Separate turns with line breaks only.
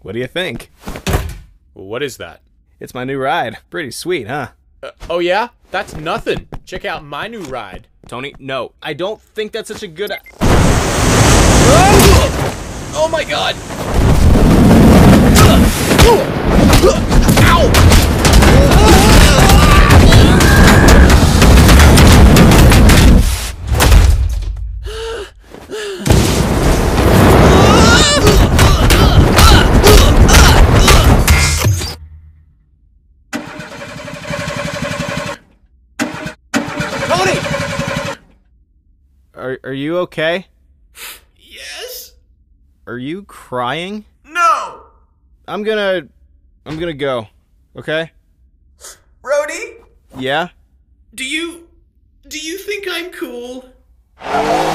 What do you think?
Well, what is that?
It's my new ride. Pretty sweet, huh?
Uh, oh, yeah? That's nothing. Check out my new ride.
Tony, no, I don't think that's such a good.
Oh my god! Ow! Tony!
Are, are you okay?
Yes?
Are you crying?
No!
I'm gonna. I'm gonna go. Okay?
Rhodey?
Yeah?
Do you. do you think I'm cool?